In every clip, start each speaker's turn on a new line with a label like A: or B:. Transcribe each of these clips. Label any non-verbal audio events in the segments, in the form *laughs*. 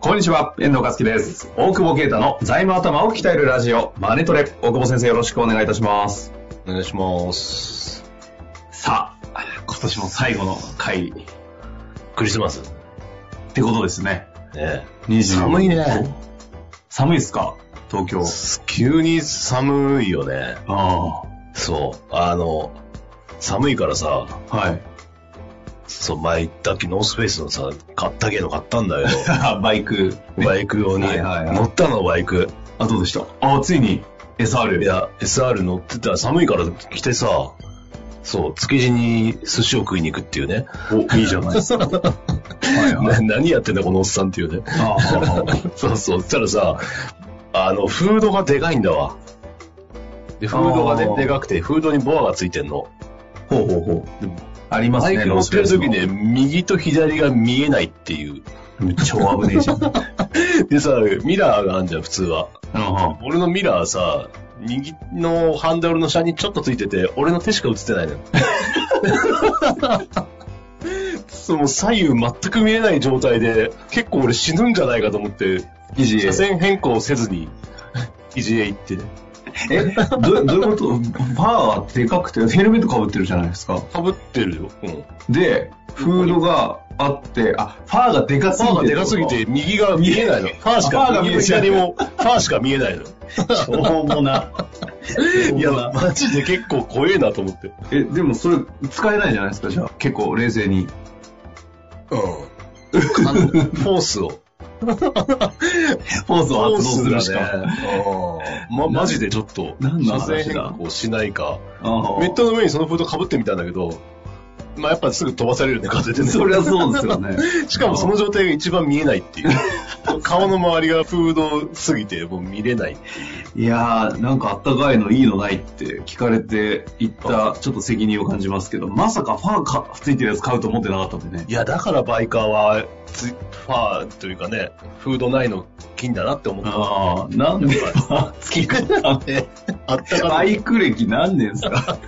A: こんにちは、遠藤和樹です。大久保啓太の財務頭を鍛えるラジオ、マネトレ。大久保先生よろしくお願いいたします。
B: お願いします。
A: さあ、今年も最後の回っ
B: クリスマス。
A: てことですね。
B: ね
A: 25
B: 寒いね。
A: 寒いっすか東京。
B: 急に寒いよね。
A: あ
B: そう。あの、寒いからさ、
A: あ、はい。
B: そう、前行ったっきノースペースのさ、買ったけど買ったんだけ
A: *laughs* バイク。
B: ど、バイク用に、
A: はいはいはい
B: 乗ったのバイク。
A: あ、どうでしたあ、ついに
B: い
A: SR。
B: や、SR 乗ってたら寒いから来てさ、そう、築地に寿司を食いに行くっていうね。
A: お、いいじゃないです *laughs* か。はいはい。
B: *laughs* な何やってんだこのおっさんっていうね。
A: ああ
B: *laughs* そうそう。そしたらさ、あの、フードがでかいんだわ。で、フードが
A: あー
B: ででかくて、フードにボアがついてんの。
A: ほうほうほう。あります
B: バ
A: ね、
B: イク乗ってる時
A: ロ
B: ね、右と左が見えないっていう。
A: ースペースの。超危ねえじゃん。うん
B: でさ、ミラーがあるじゃん、普通は。
A: うん
B: 俺のミラーさ、右のハンドルの車にちょっとついてて、俺の手しか映ってないのよ。 *laughs* その左右全く見えない状態で、結構俺死ぬんじゃないかと思って、
A: 記事へ
B: 車線変更せずに、記事へ行って。
A: え、どどういうことバーはでかくて、ヘルメットかぶってるじゃないですか。
B: かぶってるよ。うん。
A: で、フードがあって、あ、ファーがでかす
B: フ
A: ぎ
B: ァ
A: て。
B: ーがでかすぎて、右が見えないの。ファーし
A: ファーが
B: か、
A: 見え
B: 右
A: ない
B: も左も、ファーしか見えないの。
A: しょうもな。
B: *laughs* いや、マジで結構怖えなと思って。
A: え、でもそれ使えないじゃないですか、じゃあ。結構冷静に。
B: うん。 *laughs* あの、フォースを。
A: フォースを発動するし
B: フォース
A: か。
B: だね。うんま、マジでちょっと、
A: 何の
B: 車
A: 話だ
B: 線変更しないか。
A: ああ
B: ベッドの上にそのフード被ってみたんだけど、まあ、やっぱすぐ飛ばされるよね、風でね。
A: そりゃそうですよね。
B: しかもその状態が一番見えないっていう。顔の周りがフードすぎて、もう見れない。
A: いやー、なんかあったかいのいいのないって聞かれていった、ちょっと責任を感じますけど、まさかファーかついてるやつ買うと思ってなかったんでね。
B: いや、だからバイカーは、つファーというかね、フードないの金だなって思った。
A: ああ、なんでか。
B: 月かったね。あったか
A: バ
B: い。
A: イク歴何年ですか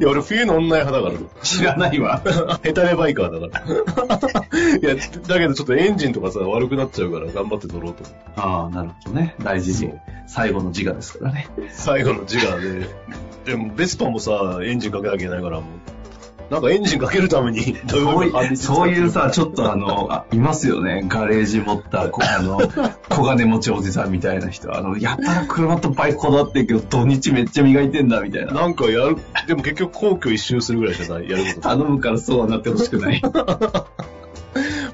B: いや、俺冬の女派だから。
A: 知らないわ。
B: *laughs* ヘタレバイカーだから。 *laughs* いや、だけどちょっとエンジンとかさ、悪くなっちゃうから頑張って乗ろうと思う。
A: ああ、なるほどね。大事に。最後の自我ですからね。
B: 最後の自我で。でも、ベスパもさ、エンジンかけなきゃいけないから、もう。なんかエンジンかけるために、
A: *laughs*
B: ど
A: そう
B: 感
A: い
B: じ
A: そういうさ、ちょっとあの、あいますよね。ガレージ持った、こあ *laughs* の、小金持ちおじさんみたいな人。あの、やたら車とバイクこだわってるけど、土日めっちゃ磨いてんだ、みたいな。
B: なんかやる、でも結局皇居一周するぐらいじゃない、やること。
A: 頼むからそうはなってほしく *laughs* ない。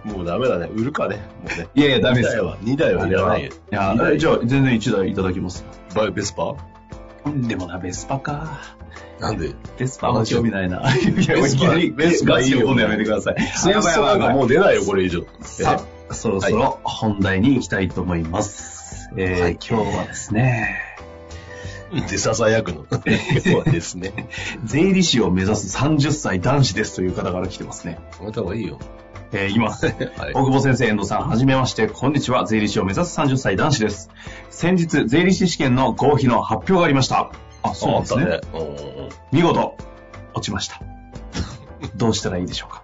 B: もうダメだね。売るかね。もうね。
A: いやいや、ダメ
B: 2
A: です
B: 台
A: よ。
B: は、2台はいらないよ。
A: いや、
B: いや
A: じゃあ、全然1台いただきます。
B: バイベスパ
A: でもな、ベスパか。
B: なんで
A: ベスパあんま興味ないな。いや、
B: ベ
A: い
B: スパ
A: きなり、
B: ベスパ
A: ガチ
B: いいよ
A: 今度やめてください。
B: 戦
A: やばい
B: 争
A: やば
B: ない
A: や
B: ん
A: ば
B: か
A: い
B: もう出ないよ、これ以上。
A: さあ、そろそろ本題に行きたいと思います。えー
B: はい
A: 今日はですね、
B: で、囁 *laughs* くの。今日はですね。
A: 税理士を目指す30歳男子ですという方から来てますね。
B: やめた方がいいよ。
A: えー、今、
B: はい
A: 大久保先生、遠藤さん、はじめまして、こんにちは。税理士を目指す30歳男子です。先日、税理士試験の合否の発表がありました。あ、そうなんですね。
B: あったね。うんうん
A: 見事、落ちました。 *laughs* どうしたらいいでしょうか。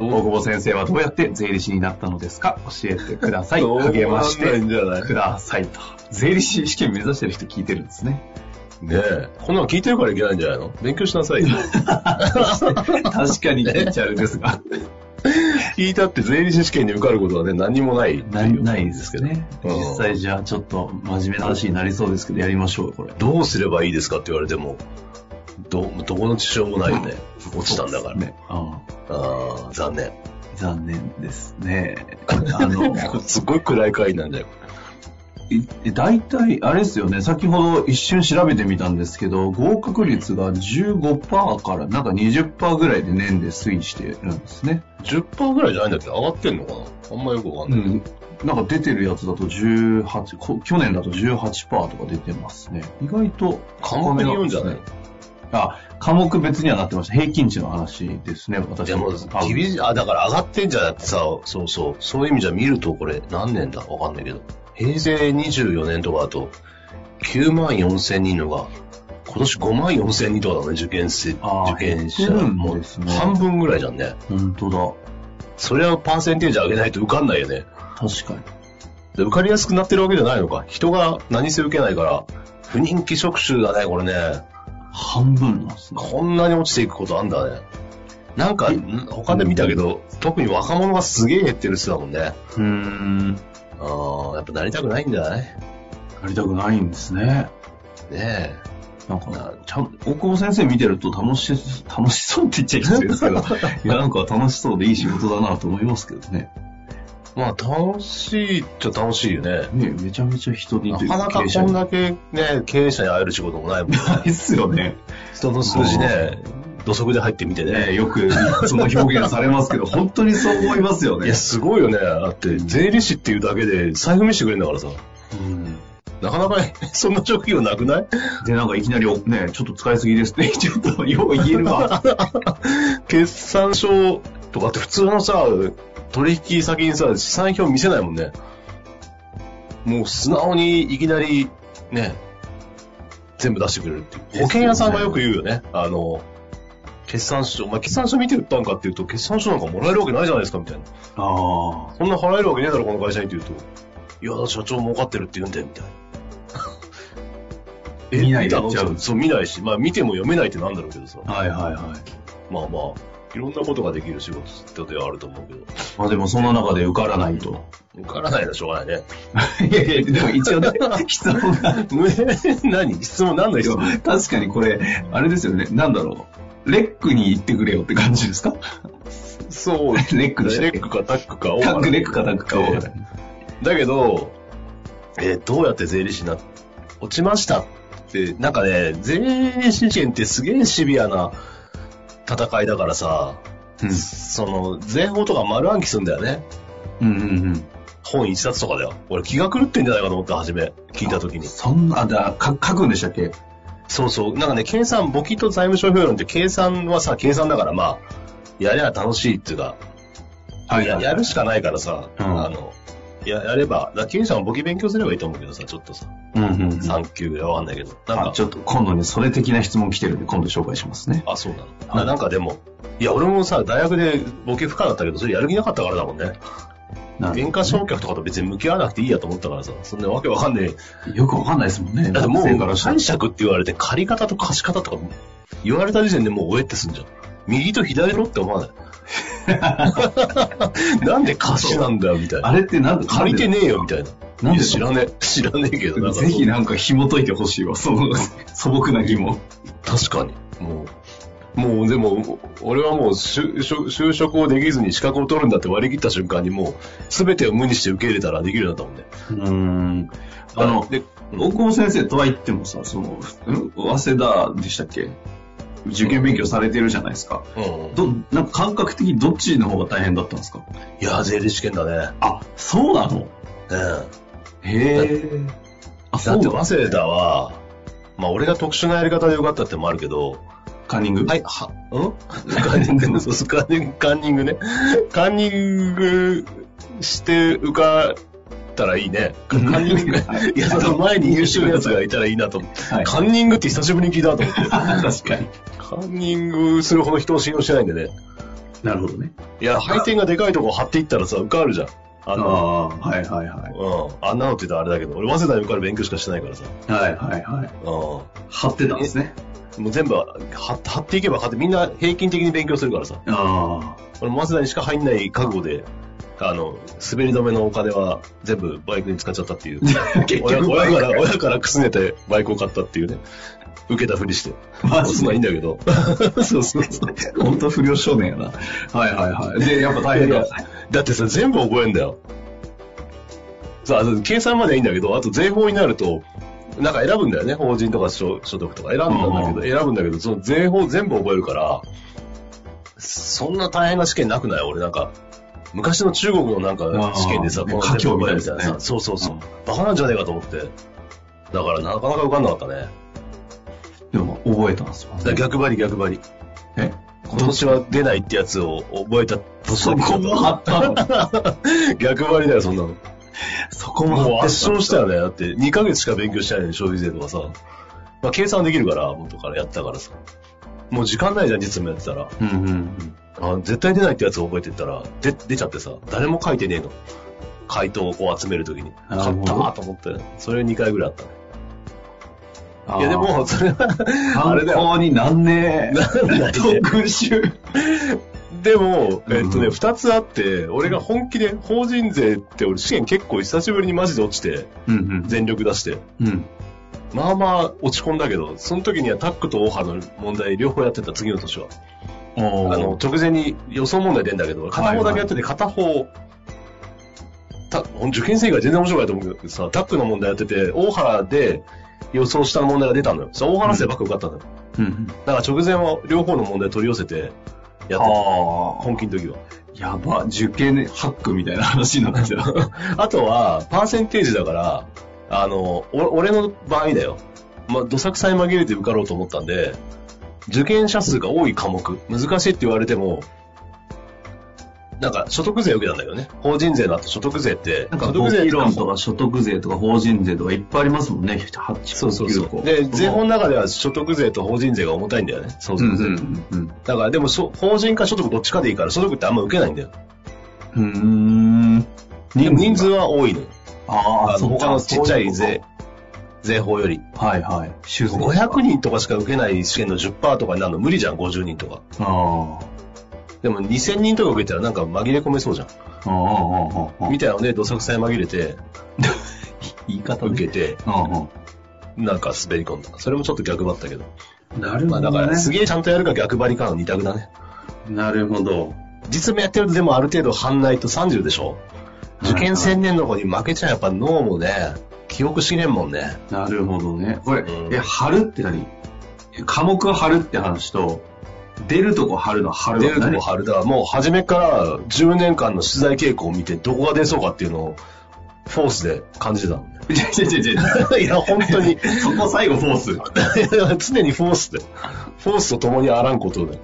A: 大久保先生はどうやって税理士になったのですか教えてくだ *laughs* さい。
B: うん。
A: 励まし
B: そうな
A: て
B: んじゃない
A: くださいと。税理士試験目指してる人聞いてるんです *laughs* ね。
B: ねえ。こんなの聞いてるからいけないんじゃないの勉強し
A: *laughs*
B: なさいよ。
A: 確かに言っちゃうんですが。
B: 聞いたって税理士試験に受かることはね、何もない。
A: ない、ないですけどね。
B: うん
A: 実際じゃあちょっと真面目な話になりそうですけど、やりましょうよ、これ。
B: どうすればいいですかって言われても、ど、どこの事象もないよね。落ちたんだから。
A: ね。うん
B: ああ、残念。
A: *laughs* 残念ですね。あの、
B: すごい暗い回なんだよ。
A: いえ大体、あれですよね、先ほど一瞬調べてみたんですけど、合格率が15%からなんか20%ぐらいで年で推移してるんですね。
B: 10%ぐらいじゃないんだっけ上がってんのかなあんまよくわかん
A: う
B: ない。
A: ん。なんか出てるやつだと18、こ去年だと18%とか出てますね。意外と
B: 科目によるんじゃない
A: 高めなんですねあ、科目別にはなってました。平均値の話ですね、私
B: でも、
A: 多分
B: 厳しい。あ、だから上がってんじゃなくてさ、そうそう。そういう意味じゃ見るとこれ、何年だわかんないけど。平成24年とかだと、9万4千人のが、今年5万4千人とかだね、受験生、
A: あー
B: 受験者。
A: 減ってるん
B: もう
A: ですね
B: 半分ぐらいじゃんね。
A: 本当だ。
B: それはパーセンテージ上げないと受かんないよね。
A: 確かに。
B: で受かりやすくなってるわけじゃないのか。人が何せ受けないから、不人気職種だね、これね。
A: 半分なんですね。
B: こんなに落ちていくことあんだね。なんか、ん他で見たけど、特に若者がすげえ減ってる人だもんね。
A: うーん。
B: ああ、やっぱなりたくないんだね。
A: やりたくないんですね。
B: ね
A: なんかな、ちゃん、大久保先生見てると楽し、楽しそうって言っちゃ失礼ですけ
B: *laughs*
A: ど、いや、なんか楽しそうでいい仕事だなと思いますけどね。
B: え。まあ、楽しいっちゃ楽しいよね。
A: ねめちゃめちゃ人に
B: な
A: という
B: かなか
A: 経営者
B: こん
A: にな
B: だけね、経営者に会える仕事もないもんね。
A: いっすよね。
B: *laughs* 人の数字ね、土足で入ってみてね。
A: ねよくその表現されますけど、本当にそう思いますよ
B: い
A: ね
B: や、。すごいよね。だって、税理士っていうだけで財布見してくれるんだからさ。
A: うん
B: なかな *laughs* かね、そんな職業なくない
A: で、なんかいきなりお、ね、ちょっと使いすぎですって、 *laughs* ちょっとよう言えるわ。
B: 決算書とかって普通のさ、取引先にさ、資産表見せないもんね。もう素直にいきなり、ね、全部出してくれるっていう。保険屋さんがよく言うよね。あの、決算書、お前決算書見て売ったんかっていうと、決算書なんかもらえるわけないじゃないですか、みたいな。
A: ああ。
B: そんな払えるわけねえだろ、この会社にって言うと。いや、社長儲かってるって言うんだよ、みたいな。 *laughs* え
A: 見ないで
B: たの
A: やっちゃう
B: そう、見ないし、まあ見ても読めないってなんだろうけどさ。
A: はいはいはい。
B: まあまあ、いろんなことができる仕事ではあると思うけど、
A: まあでもその中で受からないと。
B: 受からないのはしょうがないね。
A: *laughs* いやいや、でも一 *laughs* 応ね、質問が。
B: ね何質問何の質問
A: 確かにこれ、あれですよね、なんだろう。レックに行ってくれよって感じですか *laughs*
B: そう。
A: レ
B: レ
A: ックでしたっ
B: ッ
A: け
B: クかタックか
A: タック、レックかタックか。
B: えーだけど、えーどうやって税理士にな、落ちましたって、なんかね、税理士試験ってすげえシビアな戦いだからさ、その、税法とか丸暗記するんだよね。
A: うん。うんうんうん。
B: 本一冊とかだよ。俺気が狂ってんじゃないかと思った、初め。聞いた時に。
A: そんな、あだか書くんでしたっけ
B: そうそう。なんかね、計算、簿記と財務諸表論って計算はさ、計算だからまあ、やりゃ楽しいっていうか、ややるしかないからさ、
A: うん
B: あの、ややれば、だから経営者も簿記勉強すればいいと思うけどさ、ちょっとさ、
A: うんうんうん。
B: 3級がわかんないけど、なん
A: あ
B: か、
A: ちょっと今度ね、それ的な質問来てるんで、今度紹介しますね。
B: あ、そうなの、
A: はい
B: なんかでも、いや、俺もさ、大学で簿記不可だったけど、それやる気なかったからだもんね。
A: な
B: 原価償却とかと別に向き合わなくていいやと思ったからさ、そんなわけわかんね
A: よくわかんないですもんね。
B: え。だっても
A: 学生から
B: う、
A: したら
B: 貸借って言われて、借り方と貸し方とか、言われた時点でもうおえってすんじゃん。右と左のって
A: *laughs*
B: 思わない。なんで貸しなんだよ、みたい
A: あ
B: な。
A: れってなんで
B: 借りてねえよ、みたいな。
A: なん
B: い
A: で
B: や知らねえ、知らねえけど、なんか
A: ぜひなんか紐解いてほしいわ、そ
B: *laughs*
A: の素朴な疑問。
B: 確かに。もう、もうでも、俺はもう就就就職をできずに資格を取るんだって割り切った瞬間にもう、すべてを無にして受け入れたらできるようになった
A: う
B: もんね。
A: ん。あの、
B: で、
A: 大久保先生とは言ってもさ、その、ん早稲田でしたっけ受験勉強されてるじゃないですか。
B: うんうん、
A: ど、なんか感覚的にどっちの方が大変だったんですか
B: いや、税理士試験だね。
A: あ、そうなの
B: う
A: へ
B: ん。
A: え。あ、
B: だ
A: そ
B: っ
A: う
B: て、
A: なの
B: 早稲田は、まあ俺が特殊なやり方でよかったってのもあるけど、
A: カンニング。
B: はいい、は、んカンニング、そうそうカンニング、カンニングね。カンニングして受かったらいいね。カンニング、
A: はい
B: いや、その前に優秀なやつがいたらいいなと思って。
A: はい
B: カンニングって久しぶりに聞いたなと思って。
A: *laughs* 確かに。
B: カンニングするほど人を信用してないんでね。
A: なるほどね。
B: いや、配点がでかいとこ張っていったらさ、受かるじゃん。あ
A: あ
B: の、
A: あ、はいはいは
B: う
A: い。
B: ん。あんなのって言ったらあれだけど、俺、早稲田に受かる勉強しかしてないからさ。
A: はいはいはい。
B: うん。も
A: 張ってたんですね。
B: う全部は、張張っていけば張って、みんな平均的に勉強するからさ。
A: ああ。
B: 俺も早稲田にしか入んない覚悟で、あの、滑り止めのお金は全部バイクに使っちゃったっていう。
A: *laughs* 結
B: 親
A: 局、
B: 親から、親からくすねてバイクを買ったっていうね。受けたふりして。
A: マ
B: そ
A: ジ
B: んないい
A: で
B: ん。だけ
A: *laughs*
B: ど。そうそうそう。
A: 本当不良少年やな。はいはいはい。で、やっぱ大変
B: いや
A: だ
B: い。やだってさ、全部覚えんだよ。さあ、計算まではいいんだけど、あと税法になると、なんか選ぶんだよね。法人とか所所得とか選んだんだけど、
A: うん
B: 選ぶんだけど、その税法全部覚えるから、そんな大変な試験なくない俺なんか、昔の中国のなんか試験でさ、
A: うん
B: こう
A: 華僑みたいなやつだ
B: な
A: ね
B: さ、そうそうそう、
A: うん
B: バカなんじゃねえかと思って。だからなかなか受かんなかったね。
A: でも、覚えたんですよ。
B: だから逆張り逆張り。
A: え
B: 今年は出ないってやつを覚えた年だけ
A: そこも張
B: ったの *laughs* 逆張りだよ、そんなの。
A: そこ
B: もう
A: も
B: 圧勝したよね。だって2ヶ月しか勉強してないのに消費税とかさ。まあ計算できるから、元からやったからさ。もう時間ないじゃん、実務やってたら。
A: うんうんうん。
B: あ絶対出ないってやつを覚えてったら、で出ちゃってさ、誰も書いてねえの。回答をこう集めるときに。
A: なる
B: 勝っ
A: ほ
B: た
A: ど
B: ーと思って。それ2回ぐらいあったね。
A: あー
B: いやでも、それは、あ
A: 参
B: れだよ。
A: 考になんねえ。
B: なんだって
A: 特集。
B: でも、えっと
A: う
B: ね、
A: ん
B: 二、つあって、俺が本気で、法人税って俺試験結構久しぶりにマジで落ちて、
A: うん
B: 全力出して。
A: うん。うん。
B: まあまあ落ち込んだけど、その時にはタックとオーハの問題両方やってた、次の年は。あ
A: おー
B: の、直前に予想問題出んだけど、片方だけやってて、片方、た受験生以外全然面白くないと思うけどさ、タックの問題やってて、大原で予想した問題が出たのよ。そしたら大原生ばっか受かったのよ。
A: うんうん。
B: だから直前は両方の問題取り寄せて、やってた。
A: あ
B: 本気の時は。
A: ーやば、受験ハックみたいな話になってた。
B: *laughs* あとは、パーセンテージだから、あの、お俺の場合だよ。まあ、どさくさに紛れて受かろうと思ったんで、受験者数が多い科目、難しいって言われても、なんか、所得税受けたんだけどね。法人税の後、所得税って、
A: なん
B: 所
A: か、
B: 得
A: 合
B: 税
A: 議論とか所得税とか法人税とかいっぱいありますもんね。8
B: そうそう
A: 9
B: そ
A: 個
B: う。で、税法の中では所得税と法人税が重たいんだよね。そう
A: う
B: そ
A: ん
B: う
A: う
B: そう。
A: んうん
B: だから、でも所、法人か所得どっちかでいいから、所得ってあんま受けないんだよ。
A: うん。うーん。
B: でも人数は多いのよ。
A: あ
B: あ
A: あ、
B: の
A: そっ
B: 他
A: か
B: のちっちゃい税、税法より。
A: はいはい。修
B: 500人とかしか受けない試験の10%とかになるの無理じゃん、50人とか。
A: あ
B: でも2000人とか受けたらなんか紛れ込めそうじゃん。
A: あ。ああ、ああ、ああ。
B: みたいなので、どさくさに紛れて、 *laughs*
A: 言い方
B: 受けて、
A: ああ、
B: なんか滑り込んだ。それもちょっと逆張ったけど。
A: なる
B: まあ
A: ほ
B: だ
A: ど、
B: から、す
A: ね。
B: げえちゃんとやるか逆張りかの二択だね。
A: なるほど。
B: 実務やってるとでもある程度半内と30でしょ受験専年の子に負けちゃやっぱ脳もね、記憶しねんもんね。
A: なるほどね。これ、
B: うん
A: え、春って何え科目は春って話と、出るとこ春の春
B: 出るとこ
A: 何
B: 春だ。もう初めから10年間の取材傾向を見てどこが出そうかっていうのをフォースで感じてたもん
A: *laughs*
B: ね。
A: 違う違う違う違
B: *laughs* いや、本当に。
A: う。そこ最後フォース。
B: *laughs* 常にフォースで。フォースと共にあらんことで。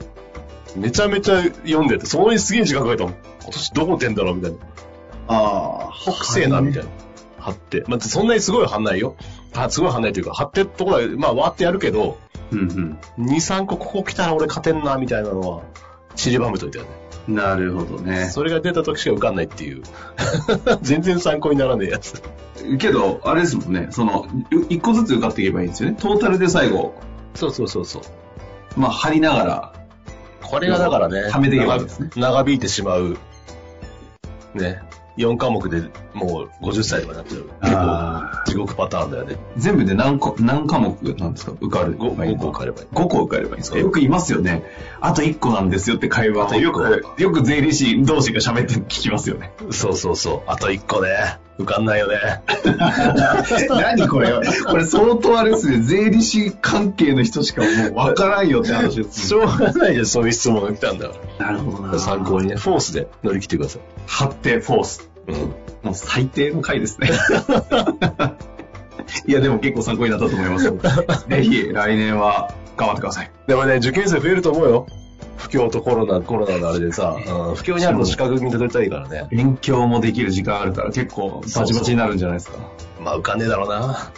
B: めちゃめちゃ読んでて、そこにすげえ時間かけたもん。今年どこ出んだろうみたいな。
A: ああ、
B: 北西な、みたい
A: な。
B: な。貼って。まあ、そんなにすごい貼んないよ。あすごい貼んないというか、貼ってるところは、まあ、わーってやるけど、
A: うん
B: 2、3個ここ来たら俺勝てんな、みたいなのは、散りばめといたよね。
A: うん。なるほどね。
B: それが出た時しか受かんないっていう。 *laughs* 全然参考にならねえやつ。
A: けど、あれですもんね、その、う一個ずつ受かっていけばいいんですよね。トータルで最後、
B: そうそうそうそう。
A: まあ、張りながら、
B: これがだからね、
A: はめていけばいいですね
B: 長長引いてしまう、ね、4科目でもう50歳とかになっちゃう。結
A: あ
B: 構、地獄パターンだよね。
A: 全部で何個、何科目なんですか受かる
B: 5, 5個受かればいい。
A: 5個受かればいいんですか
B: そう
A: よくいますよね。あと1個なんですよって会話
B: あ
A: をよ
B: と一
A: く、よく税理士同士が喋ってるの聞きますよね。
B: そうそうそう。あと1個ね。受かんないよね。
A: *laughs* 何これこれ相当あれですね、税理士関係の人しかもう分からんよって話です
B: し。ょうがないじゃん、そういう質問が来たんだか
A: なるほど
B: ら。参考にね、フォースで乗り切ってください。
A: 貼ってフォース。
B: うん。
A: もう最低の回ですね。 *laughs* いや、でも結構参考になったと思います。ぜひ、来年は頑張ってください。
B: でもね、受験生増えると思うよ。不況とコロナ、コロナのあれ
A: *laughs*
B: でさ、うん、不況にあると資格にたどりたいからね。
A: 勉強もできる時間あるから結構バチバチになるんじゃないですか。
B: まあ、受かんねえだろうな。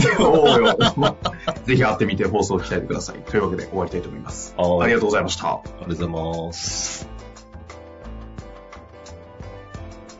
A: そうよ。 *laughs* ぜひ会ってみて放送を鍛えてください。というわけで終わりたいと思います。
B: あ
A: あり
B: りが
A: がとうございました。
B: とうございます。